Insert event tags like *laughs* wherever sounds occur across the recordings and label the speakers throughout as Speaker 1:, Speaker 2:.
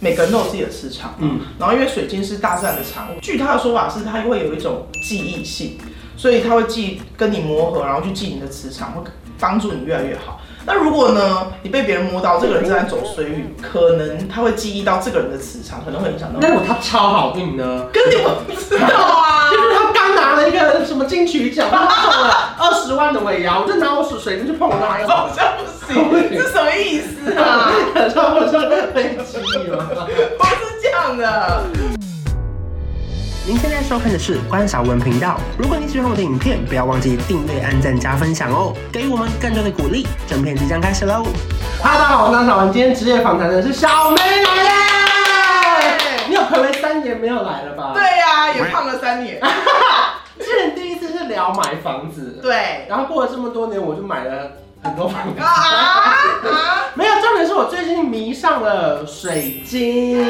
Speaker 1: 每个人都有自己的磁场嘛。
Speaker 2: 嗯
Speaker 1: 然后因为水晶是大自然的产物，据他的说法是它会有一种记忆性，所以它会记跟你磨合，然后去记你的磁场，会帮助你越来越好。那如果呢，你被别人摸到，这个人正在走水运，可能他会记忆到这个人的磁场，可能会影响到你。
Speaker 2: 那如果他超好运呢？
Speaker 1: 跟你我不知道啊，
Speaker 2: 就是他刚拿了一个什么金曲奖，他中了二十万的尾牙，我就拿我水水晶去碰他，要
Speaker 1: 好像不行，是什么意思啊？
Speaker 2: 他不是被激吗？
Speaker 1: 不是这样的。
Speaker 3: 您现在收看的是关少文频道。如果你喜欢我的影片，不要忘记订阅、按赞、加分享哦，给予我们更多的鼓励。整片即将开始喽！
Speaker 2: 哈喽，大家好，我是张小文，今天职业访谈的是小梅来了。你有回违三年没有来了吧？
Speaker 1: 对，呀、也胖了三年。
Speaker 2: 之前第一次是聊买房子，，
Speaker 1: 对。
Speaker 2: 然后过了这么多年，我就买了很多房子。
Speaker 1: 啊啊！
Speaker 2: 没有，重点是我最近迷上了水晶，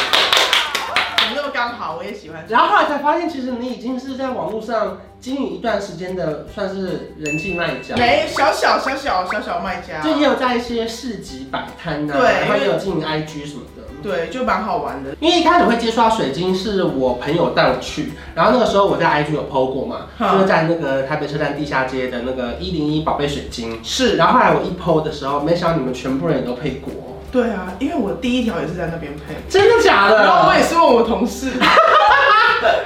Speaker 1: 怎么那么刚好？我也喜欢这样。
Speaker 2: 然后后来才发现，其实你已经是在网络上经营一段时间的，算是人气卖家。
Speaker 1: 没小小小小小小卖家，
Speaker 2: 就也有在一些市集摆摊呐，啊
Speaker 1: 对
Speaker 2: 然后
Speaker 1: 因为
Speaker 2: 也有经营 IG 什么的。
Speaker 1: 对，就蛮好玩的。
Speaker 2: 因为一开始会接触到水晶，是我朋友带我去，然后那个时候我在 IG 有 PO 过嘛，
Speaker 1: 嗯
Speaker 2: 就是在那个台北车站地下街的那个一零一宝贝水晶。
Speaker 1: 是，
Speaker 2: 然后后来我一 PO 的时候，没想到你们全部人也都配过，
Speaker 1: 对啊，因为我第一条也是在那边配，
Speaker 2: 真的假的？
Speaker 1: 然后我也是问我同事，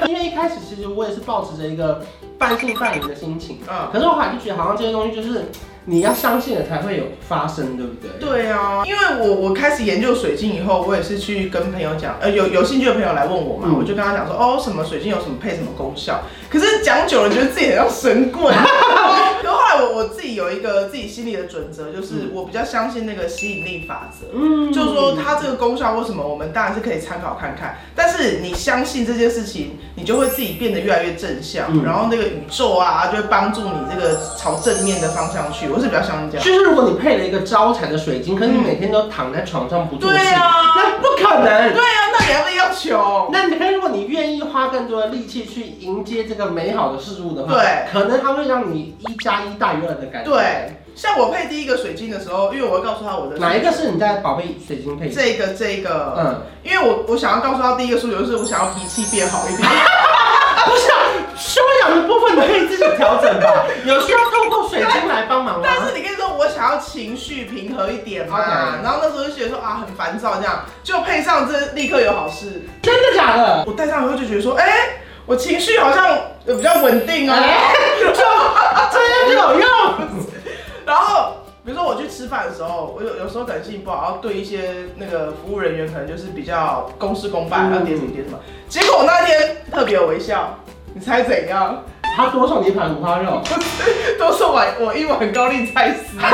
Speaker 2: 因为一开始其实我也是抱持着一个半信半疑的心情，
Speaker 1: 嗯，
Speaker 2: 可是我后来就觉得好像这些东西就是你要相信了才会有发生，对不对？
Speaker 1: 对啊，因为我我开始研究水晶以后，我也是去跟朋友讲，呃，有有兴趣的朋友来问我嘛，
Speaker 2: 嗯
Speaker 1: 我就跟他讲说，哦，什么水晶有什么配什么功效，可是讲久了觉得自己很像神棍。然后后来我我自己有一个自己心里的准则，就是我比较相信那个吸引力法则。
Speaker 2: 嗯
Speaker 1: 就是说它这个功效为什么，我们当然是可以参考看看。但是你相信这件事情，你就会自己变得越来越正向，
Speaker 2: 嗯
Speaker 1: 然后那个宇宙啊，就会帮助你这个朝正面的方向去。我是比较相信这样。
Speaker 2: 就是如果你配了一个招财的水晶，可是你每天都躺在床上不做事，
Speaker 1: 对啊
Speaker 2: 那不可能
Speaker 1: 对。啊，那你还没要求？
Speaker 2: 那你可以，如果你愿意花更多的力气去迎接这个美好的事物的话，
Speaker 1: 对
Speaker 2: 可能它会让你一加一大于二的感觉。
Speaker 1: 对，像我配第一个水晶的时候，因为我会告诉他我的
Speaker 2: 哪一个是你在宝贝水晶配置？
Speaker 1: 这个这个，
Speaker 2: 嗯，
Speaker 1: 因为我我想要告诉他第一个诉求就是我想要脾气变好一
Speaker 2: *laughs*
Speaker 1: 点。
Speaker 2: 不是啊，修养的部分你可以自己调整吧，有需要透过水晶来帮忙吗？
Speaker 1: 但是你跟你说，我想要情绪平和一点嘛
Speaker 2: OK
Speaker 1: 然后那时候就觉得说啊很烦躁这样，就配上这立刻有好事。
Speaker 2: 真的假的？
Speaker 1: 我戴上以后就觉得说，哎、我情绪好像呃比较稳定哦、
Speaker 2: 哎就
Speaker 1: 啊
Speaker 2: 真的有用？
Speaker 1: *laughs* 然后比如说我去吃饭的时候，我有有时候感性不好，然后对一些那个服务人员可能就是比较公事公办，
Speaker 2: 嗯
Speaker 1: 要点什么点什么。结果我那天特别微笑，你猜怎样？
Speaker 2: 他多送你一盘五花肉，
Speaker 1: 都是我我一碗高丽菜丝。
Speaker 2: 啊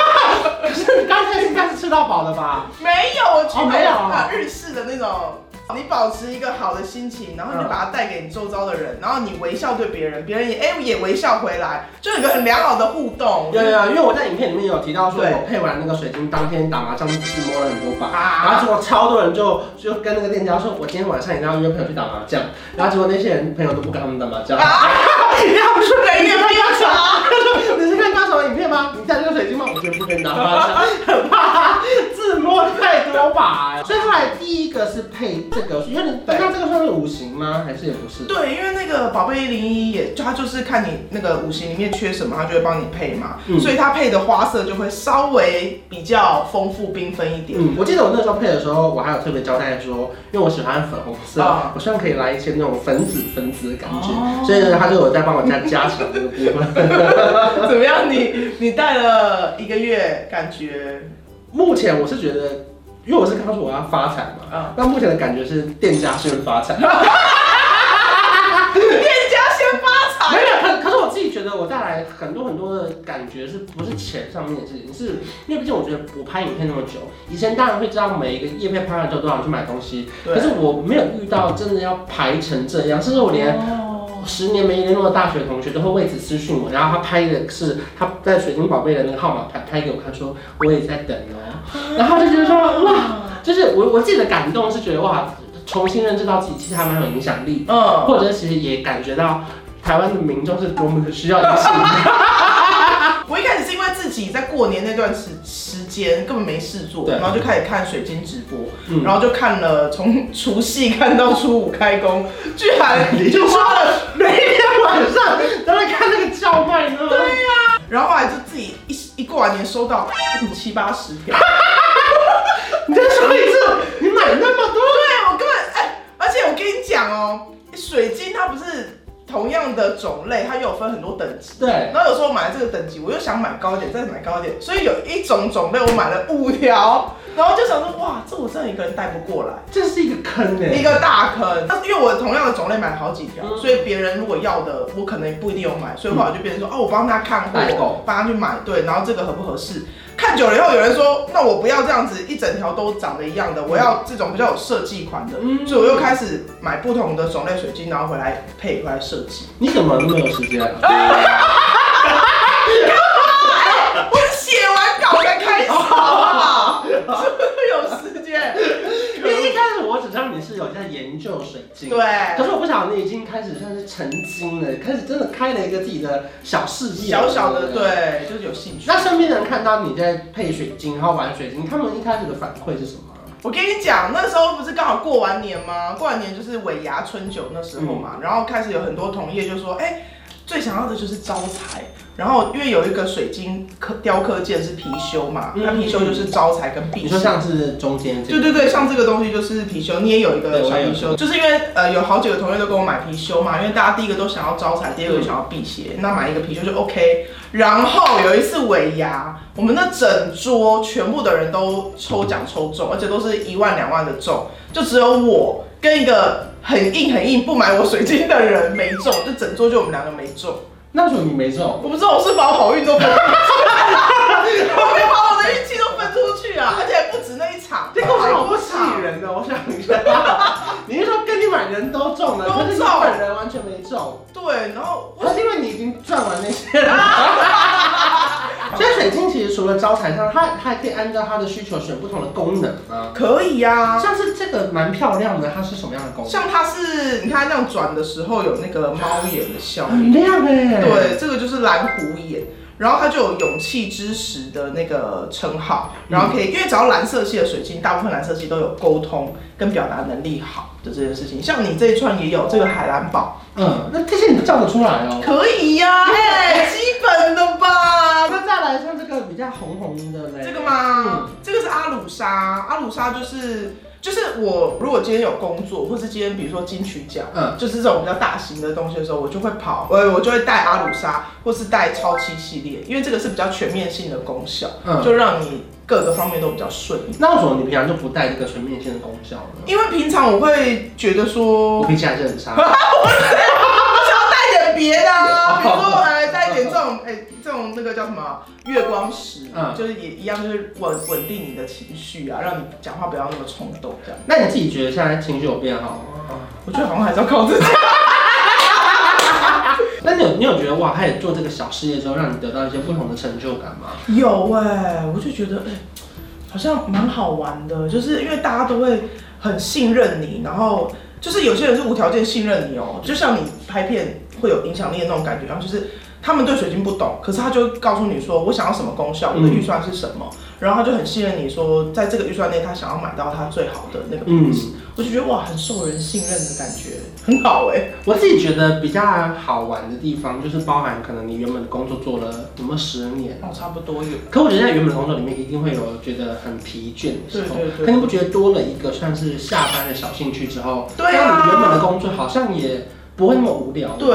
Speaker 2: 可是你刚才应该是吃到饱了吧？
Speaker 1: 没有，我去
Speaker 2: 哦没有啊
Speaker 1: 啊日式的那种。你保持一个好的心情，然后你
Speaker 2: 嗯
Speaker 1: 就把它带给你周遭的人，然后你微笑对别人，别人也哎、也微笑回来，就有一个很良好的互动。
Speaker 2: 有有有，因为我在影片里面有提到说，
Speaker 1: 对
Speaker 2: 我配完那个水晶当天打麻将自摸了很多把，
Speaker 1: 啊
Speaker 2: 然后结果超多人就就跟那个店家说，我今天晚上一定要约朋友去打麻将，然后结果那些人朋友都不跟他们打麻将，
Speaker 1: 啊
Speaker 2: 然后他们说
Speaker 1: 人
Speaker 2: 你
Speaker 1: 也
Speaker 2: 是
Speaker 1: 不
Speaker 2: 看
Speaker 1: 要
Speaker 2: 大
Speaker 1: 查
Speaker 2: 肠，你是看大肠的影片吗？你带这个水晶吗？我绝对不跟你打麻将，很怕自摸太多把，所以后来第一个是配这个，因为你
Speaker 1: 对
Speaker 2: 那这个算是五行吗？还是也不是？ *laughs*
Speaker 1: 对，因为那个宝贝一零一也，就它就是看你那个五行里面缺什么，它就会帮你配嘛，
Speaker 2: 嗯
Speaker 1: 所以它配的花色就会稍微比较丰富缤纷一点。
Speaker 2: 嗯，我记得我那时候配的时候，我还有特别交代说，因为我喜欢粉红色，
Speaker 1: 啊
Speaker 2: 我希望可以来一些那种粉紫粉紫的感觉，
Speaker 1: 哦
Speaker 2: 所以呢，他就有在帮我加加强这个部分。 *laughs*
Speaker 1: 怎么样？你你戴了一个月，感觉
Speaker 2: 目前我是觉得，因为我是刚说我要发财嘛，
Speaker 1: 啊
Speaker 2: 那目前的感觉是店家先
Speaker 1: *laughs*
Speaker 2: 发财，
Speaker 1: 店家先发财
Speaker 2: 没有，可可是我自己觉得我带来很多很多的感觉，是不是钱上面的事情？是因为毕竟我觉得我拍影片那么久，以前当然会知道每一个叶片拍完之后都想去买东西，
Speaker 1: 对
Speaker 2: 可是我没有遇到真的要排成这样，甚至我连。
Speaker 1: 哦，
Speaker 2: 十年没联络的大学同学都会为此私讯我，然后他拍的是他在水晶宝贝的那个号码牌拍给我看，说我也在等
Speaker 1: *laughs*
Speaker 2: 哦，然后就觉得说哇，就是我我自己的感动是觉得哇，重新认知到自己其实还蛮有影响力，
Speaker 1: 嗯，
Speaker 2: 或者其实也
Speaker 1: *laughs*
Speaker 2: 感觉到台湾的民众是多么的需要影响力。
Speaker 1: 我一开始是因为自己在过年那段时时间根本没事做，
Speaker 2: 对
Speaker 1: 然后就开始看水晶直播，
Speaker 2: 嗯 *laughs*
Speaker 1: 然后就看了从除夕看到初五开工，居然你就花了每一天晚上
Speaker 2: 都在看那个叫卖，你知道吗？
Speaker 1: 然后后来就自己一一过完年收到怎么七八十条，
Speaker 2: 你再说一次，你买那么多，
Speaker 1: *laughs* 对我根本哎、而且我跟你讲哦，水晶它不是同样的种类，它有分很多等级。
Speaker 2: 对，
Speaker 1: 然后有时候我买了这个等级，我又想买高一点，再买高一点，所以有一种种类我买了五条，然后就想说哇，这我真的一个人带不过来，
Speaker 2: 这是一个坑哎、
Speaker 1: 一个大坑。但是因为我同样的种类买了好几条，
Speaker 2: 嗯
Speaker 1: 所以别人如果要的，我可能不一定有买，所以后来就变成说哦，我帮他看
Speaker 2: 代
Speaker 1: 货
Speaker 2: 购，
Speaker 1: 帮他去买，对，然后这个合不合适？看久了以后，有人说那我不要这样子一整条都长得一样的，我要这种比较有设计款的，
Speaker 2: 嗯
Speaker 1: 所以我又开始买不同的种类水晶，然后回来配回来设计。
Speaker 2: 你怎么那么有时
Speaker 1: *laughs*
Speaker 2: 间啊？
Speaker 1: 哎我是写完稿才开始，啊 *laughs* 好不好？是不是有时间？
Speaker 2: 因为一开始我只知道你是有在研究水晶，。可
Speaker 1: 对，
Speaker 2: 是我不晓得你已经开始算是成精了，开始真的开了一个自己的小世界，
Speaker 1: 小小的
Speaker 2: 不。
Speaker 1: 对，就是有兴趣。
Speaker 2: 那身边的人看到你在配水晶，然后玩水晶，他们一开始的反馈是什么？
Speaker 1: 我跟你讲，那时候不是刚好过完年吗？过完年就是尾牙春酒那时候
Speaker 2: 嗯
Speaker 1: 嘛，然后开始有很多同业就说，哎、最想要的就是招财。然后因为有一个水晶刻雕刻件是貔貅嘛，
Speaker 2: 嗯
Speaker 1: 那貔貅就是招财跟
Speaker 2: 你
Speaker 1: 避
Speaker 2: 说
Speaker 1: 凶。
Speaker 2: 像是中间这
Speaker 1: 对
Speaker 2: 个，
Speaker 1: 对对，像这个东西就是貔貅，你也有一个
Speaker 2: 对
Speaker 1: 小
Speaker 2: 我也有
Speaker 1: 貔貅，就是因为呃有好几个同学都跟我买貔貅嘛，因为大家第一个都想要招财，第二个
Speaker 2: 嗯
Speaker 1: 想要辟邪，那买一个貔貅就 OK。然后有一次尾牙，我们那整桌全部的人都抽奖抽中，而且都是一万两万的中，就只有我跟一个很硬很硬不买我水晶的人没中，就整桌就我们两个没中。
Speaker 2: 那为什么你没中？
Speaker 1: 我不知道我是把我好运都分出去， *laughs* 我没把我的运气都分出去啊，而且还不止那一场，
Speaker 2: 这个我
Speaker 1: 还
Speaker 2: 好不
Speaker 1: 多
Speaker 2: 气
Speaker 1: 场。
Speaker 2: 人的， *laughs* 我想一下，你是说跟你买的人都中了，
Speaker 1: 都中
Speaker 2: 可是你本人完全没中？
Speaker 1: 对，然后我
Speaker 2: 那是因为你已经赚完那些了。 *laughs* 所以水晶其实除了招财上，它它还可以按照它的需求选不同的功能啊。
Speaker 1: 可以呀、
Speaker 2: 像是这个蛮漂亮的，它是什么样的功能？
Speaker 1: 像它是你看它这样转的时候有那个猫眼的效应，
Speaker 2: 很亮哎、，
Speaker 1: 对，这个就是蓝狐眼，然后它就有勇气之石的那个称号，然后可以，因为只要蓝色系的水晶，大部分蓝色系都有沟通跟表达能力好的这件事情，像你这一串也有这个海蓝宝，
Speaker 2: 嗯，那这些你都叫得出来哦。
Speaker 1: 可以呀、哎、基本的吧。
Speaker 2: 那再来像这个比较红红的嘞，
Speaker 1: 这个吗？这个是阿鲁莎，阿鲁莎就是就是我如果今天有工作，或是今天比如说金曲奖，
Speaker 2: 嗯
Speaker 1: 就是这种比较大型的东西的时候，我就会跑，我我就会带阿鲁莎，或是带超七系列，因为这个是比较全面性的功效，
Speaker 2: 嗯
Speaker 1: 就让你各个方面都比较顺利。
Speaker 2: 那为什么你平常就不带这个全面性的功效呢？
Speaker 1: 因为平常我会觉得说，
Speaker 2: 我
Speaker 1: 我
Speaker 2: 脾气还是很 *laughs* 差。
Speaker 1: 想要带点别的、
Speaker 2: *laughs* 哦
Speaker 1: 啊，比如说来带一点这种，哎、这种那个叫什么月光石，
Speaker 2: 嗯
Speaker 1: 就是也一样，就是稳稳定你的情绪啊，让你讲话不要那么冲动这样。
Speaker 2: 那你自己觉得现在情绪有变好吗？
Speaker 1: 我觉得好像还是要靠自己。
Speaker 2: 那你有你有觉得哇，开始做这个小事业之后，让你得到一些不同的成就感吗？
Speaker 1: 有哎、我就觉得哎、好像蛮好玩的，就是因为大家都会很信任你，然后就是有些人是无条件信任你哦、就像你拍片会有影响力的那种感觉，然后就是。他们对水晶不懂，可是他就告诉你说，我想要什么功效，我的预算是什么，然后他就很信任你说，在这个预算内，他想要买到他最好的那个
Speaker 2: 嗯
Speaker 1: 品质，我就觉得哇，很受人信任的感觉，很好哎、
Speaker 2: 我自己觉得比较好玩的地方，就是包含可能你原本的工作做了有没有十年，
Speaker 1: 那我差不多有，
Speaker 2: 可我觉得在原本的工作里面一定会有觉得很疲倦的时候，
Speaker 1: 对对对
Speaker 2: 可你不觉得多了一个算是下班的小兴趣之后，
Speaker 1: 对啊
Speaker 2: 让你原本的工作好像也不会那么无聊。
Speaker 1: 对，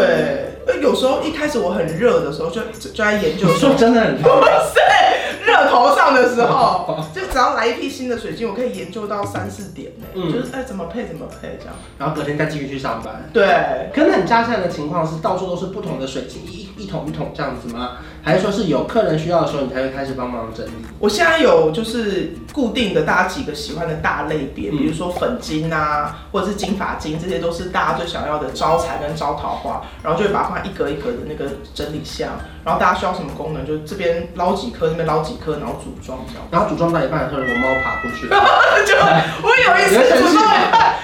Speaker 1: 呃有时候一开始我很热的时候就，就就在研
Speaker 2: 不对，
Speaker 1: 究
Speaker 2: 有时候真的很
Speaker 1: 不是热头上的时候，就只要来一批新的水晶，我可以研究到三四点呢、
Speaker 2: 嗯
Speaker 1: 就是哎、怎么配怎么配这样。
Speaker 2: *laughs* 然后隔天再继续去上班。
Speaker 1: 对，
Speaker 2: 可能你家现在的情况是到处都是不同的水晶，一一桶一桶这样子吗？还是说是有客人需要的时候你才会开始帮忙整理？
Speaker 1: 我现在有就是固定的大家几个喜欢的大类别，
Speaker 2: 嗯
Speaker 1: 比如说粉晶啊，或者是金发晶，这些都是大家最想要的招财跟招桃花，然后就会把它放在一格一格的那个整理箱，然后大家需要什么功能，就这边捞几颗，那边捞几颗，然后组装这样。
Speaker 2: 然后组装到一半的时候，有猫爬过去，
Speaker 1: *laughs* 就我有一
Speaker 2: 你会
Speaker 1: 次
Speaker 2: 生
Speaker 1: 组
Speaker 2: 气
Speaker 1: 装
Speaker 2: 吗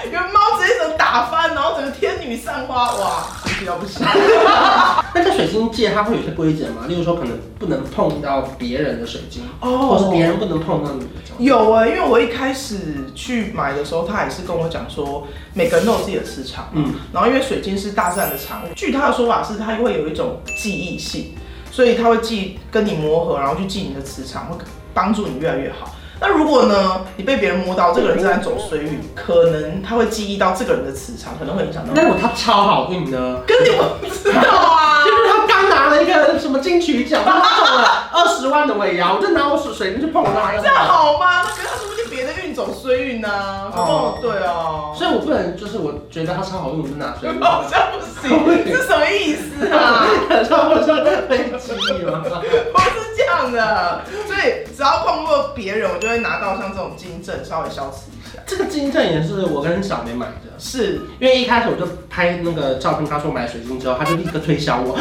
Speaker 1: 一半，有猫直接整个打翻，然后整个天女散花，哇，生气到不行。
Speaker 2: 那在水晶精界它会有一些规则嘛，例如说可能不能碰到别人的水晶，
Speaker 1: 哦
Speaker 2: 或是别人不能碰到你的脚。
Speaker 1: 有啊、因为我一开始去买的时候，他也是跟我讲说，每个人都有自己的磁场，
Speaker 2: 嗯
Speaker 1: 嗯，然后因为水晶是大自然的产物，据他的说法是，它会有一种记忆性，所以它会记跟你磨合，然后去记你的磁场，会帮助你越来越好。那如果呢，你被别人摸到，这个人正在走水运，可能他会记忆到这个人的磁场，可能会影响到
Speaker 2: 那。如果他超好运呢？
Speaker 1: 跟你我不知道
Speaker 2: *laughs*
Speaker 1: 啊
Speaker 2: 就，是他刚拿了一个什么金曲奖，他中 *laughs* 了二十万的尾牙，我就拿我水水晶去碰他， *laughs*
Speaker 1: 这样。好吗？可是他说不定别的运走衰运呢、啊。
Speaker 2: 哦
Speaker 1: 哦，对啊。
Speaker 2: 所以我不能，就是我觉得他超好运，我就拿 *laughs* 水
Speaker 1: *laughs*
Speaker 2: 晶。
Speaker 1: 好像不行，是什么意思啊？
Speaker 2: *laughs* 他不是在飞机吗？
Speaker 1: 不是这样的，所以只要碰过别人，我就会拿到像这种金证，稍微消磁一下。
Speaker 2: 这个金正也是我跟小梅买的。
Speaker 1: 是，
Speaker 2: 因为一开始我就拍那个照片，他说买水晶之后，他就立刻推销我。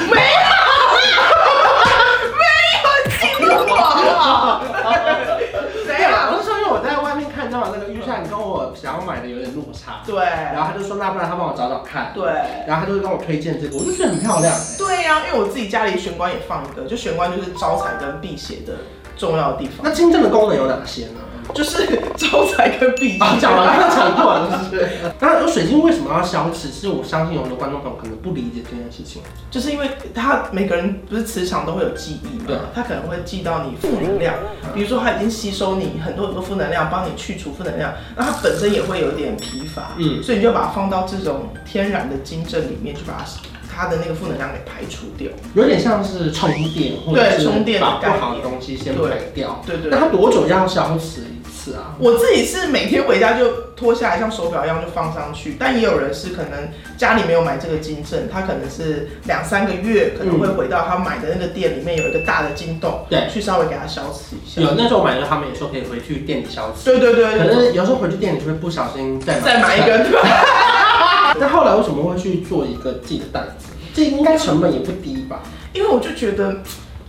Speaker 1: 记录我，谁
Speaker 2: 我
Speaker 1: 啊？
Speaker 2: 就说因为我在外面看到那个预算跟我想要买的有点落差，
Speaker 1: 对，
Speaker 2: 然后他就说那不然他帮我找找看，
Speaker 1: 对，
Speaker 2: 然后他就跟我推荐这个，我就觉得很漂亮、欸。
Speaker 1: 对呀、因为我自己家里玄关也放一个，就玄关就是招财跟辟邪的重要的地方，
Speaker 2: 那金正的功能有哪些
Speaker 1: *laughs*
Speaker 2: 呢？
Speaker 1: 就是招财跟辟邪。
Speaker 2: 啊，讲完了，讲过了，是不是？那水晶为什么要消磁？其实我相信有很多观众朋友可能不理解这件事情。
Speaker 1: 就是因为他每个人不是磁场都会有记忆
Speaker 2: 对嗯
Speaker 1: 嘛，他可能会记到你负能量，比如说他已经吸收你很多很多负能量，帮你去除负能量，那他本身也会有一点疲乏，
Speaker 2: 嗯
Speaker 1: 嗯，所以你就把它放到这种天然的金针里面，去把它它的那个负能量给排除掉。
Speaker 2: 有点像是充电，或者
Speaker 1: 对
Speaker 2: 是
Speaker 1: 充电的
Speaker 2: 把
Speaker 1: 概
Speaker 2: 不
Speaker 1: 念
Speaker 2: 好的东西先排掉。
Speaker 1: 对对
Speaker 2: 那
Speaker 1: 对
Speaker 2: 它多久要消磁一次啊？
Speaker 1: 我自己是每天回家就脱下来，像手表一样就放上去，但也有人是可能家里没有买这个金针，他可能是两三个月，可能会回到他买的那个店里面有一个大的金洞，
Speaker 2: 嗯对
Speaker 1: 去稍微给它消磁一下。
Speaker 2: 有那时候买的时候，他们也说可以回去店里消磁，
Speaker 1: 对对对，
Speaker 2: 可
Speaker 1: 对
Speaker 2: 是有时候回去店里就会不小心再
Speaker 1: 再买一。
Speaker 2: *laughs*
Speaker 1: 个，对吧？
Speaker 2: 那后来为什么会去做一个自己的袋子？这应该成本也不低吧？
Speaker 1: 因为我就觉得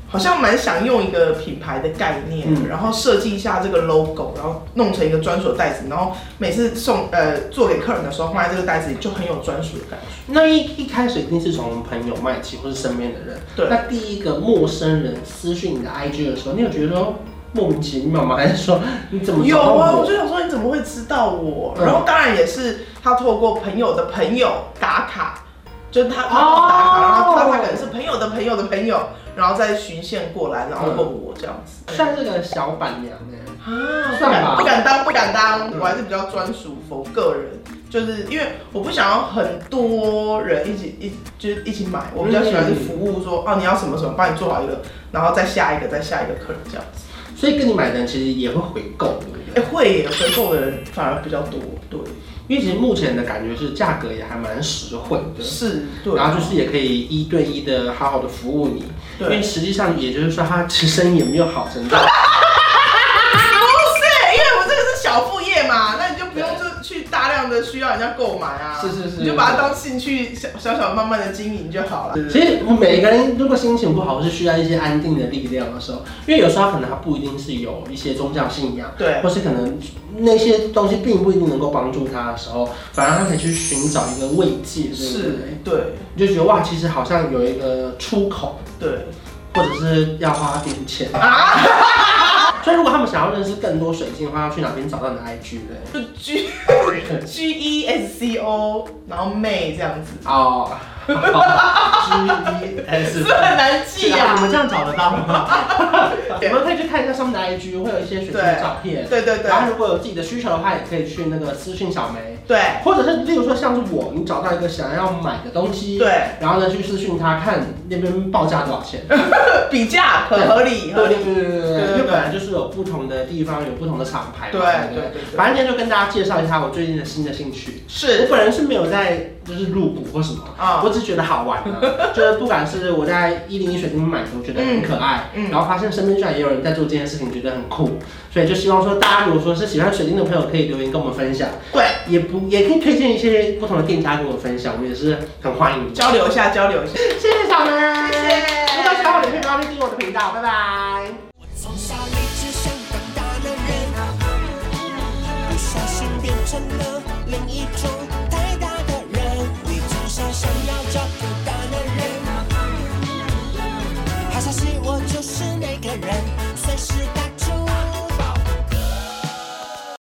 Speaker 1: 好像蛮想用一个品牌的概念，
Speaker 2: 嗯
Speaker 1: 然后设计一下这个 logo，然后弄成一个专属的袋子，然后每次送呃做给客人的时候放在这个袋子里就很有专属的感觉。
Speaker 2: 那一一开始一定是从朋友卖起，或是身边的人。
Speaker 1: 对
Speaker 2: 那第一个陌生人私讯你的 IG 的时候，你有觉得说莫名其妙吗？还是说你怎么找
Speaker 1: 有
Speaker 2: 到
Speaker 1: 啊，我
Speaker 2: 我
Speaker 1: 就想说你怎么会知道我？
Speaker 2: 嗯
Speaker 1: 然后当然也是他透过朋友的朋友打卡，就是他他
Speaker 2: 哦
Speaker 1: 打卡，然后他他可能是朋友的朋友的朋友，然后再循线过来，然后问我这样子。
Speaker 2: 算这个小板娘呢、
Speaker 1: 啊，不
Speaker 2: 算吧
Speaker 1: 敢不敢当，不敢当，
Speaker 2: 嗯
Speaker 1: 我还是比较专属否个人，就是因为我不想要很多人一起一就是一起买，我比较喜欢是服务说哦你要什么什么，帮你做好一个，然后再下一个再下一个客人这样子。
Speaker 2: 所以跟你买的人其实也会回购，对不
Speaker 1: 哎、
Speaker 2: 对？
Speaker 1: 会耶，回购的人反而比较多，对，
Speaker 2: 因为其实目前的感觉是价格也还蛮实惠的，
Speaker 1: 啊是，对，
Speaker 2: 然后就是也可以一对一的好好的服务你，因为
Speaker 1: 对。
Speaker 2: 实际上也就是说他其实生意也没有好成到，
Speaker 1: 不是，因为我这个是小副业嘛，那你就不用就去大量的需要人家购买啊，
Speaker 2: 是是是
Speaker 1: 你就把它当兴趣小小小慢慢的经营就好了。
Speaker 2: 其实每个人如果心情不好，或是需要一些安定的力量的时候，因为有时候他可能他不一定是有一些宗教信仰，
Speaker 1: 对
Speaker 2: 或是可能那些东西并不一定能够帮助他的时候，反而他可以去寻找一个慰藉，对不
Speaker 1: 是
Speaker 2: 对？，
Speaker 1: 对
Speaker 2: 你就觉得哇，其实好像有一个出口，
Speaker 1: 对
Speaker 2: 或者是要花点钱。
Speaker 1: 啊。
Speaker 2: *laughs* 所以如果他们想要认识更多水晶的话，要去哪边找到你的 IG 呢？
Speaker 1: 就 *laughs* G G E S C O，然后妹这样子，
Speaker 2: 哦，G E
Speaker 1: 是
Speaker 2: S
Speaker 1: 不是很难记
Speaker 2: 你
Speaker 1: 啊。
Speaker 2: 们这样找得到吗？我们可以去看一下上面的 IG，会有一些水晶的照片。
Speaker 1: 对对对
Speaker 2: 然后如果有自己的需求的话，也可以去那个私讯小梅，
Speaker 1: 对
Speaker 2: 或者是例如说像是我，你找到一个想要买的东西，，
Speaker 1: 对，
Speaker 2: 然后呢去私讯他看那边报价多少钱。
Speaker 1: 比价很合理，合
Speaker 2: 对
Speaker 1: 理。
Speaker 2: 对对对
Speaker 1: 对
Speaker 2: 对对，
Speaker 1: 对
Speaker 2: 因为本来就是有不同的地方，有不同的厂牌嘛。
Speaker 1: 对对对对
Speaker 2: 反正今天就跟大家介绍一下我最近的新的兴趣。我
Speaker 1: 是
Speaker 2: 本人是没有在就是入股或什么，
Speaker 1: 啊
Speaker 2: 我只是觉得好玩 *laughs* 啊，就是不管是我在一零一水晶买的，我觉得很可爱，
Speaker 1: 嗯嗯
Speaker 2: 然后发现身边居然也有人在做这件事情，觉得很酷，所以就希望说大家如果说是喜欢水晶的朋友，可以留言跟我们分享，
Speaker 1: 对，
Speaker 2: 也不也可以推荐一些不同的店家跟我们分享，我们也是很欢迎的。
Speaker 1: 交流一下，交流一下。
Speaker 2: 谢谢小梅，
Speaker 1: 谢谢
Speaker 2: 如果喜欢我的影片，不要去订我的频道，拜拜。
Speaker 4: 从小一直想当大男人，不小心变成了另一种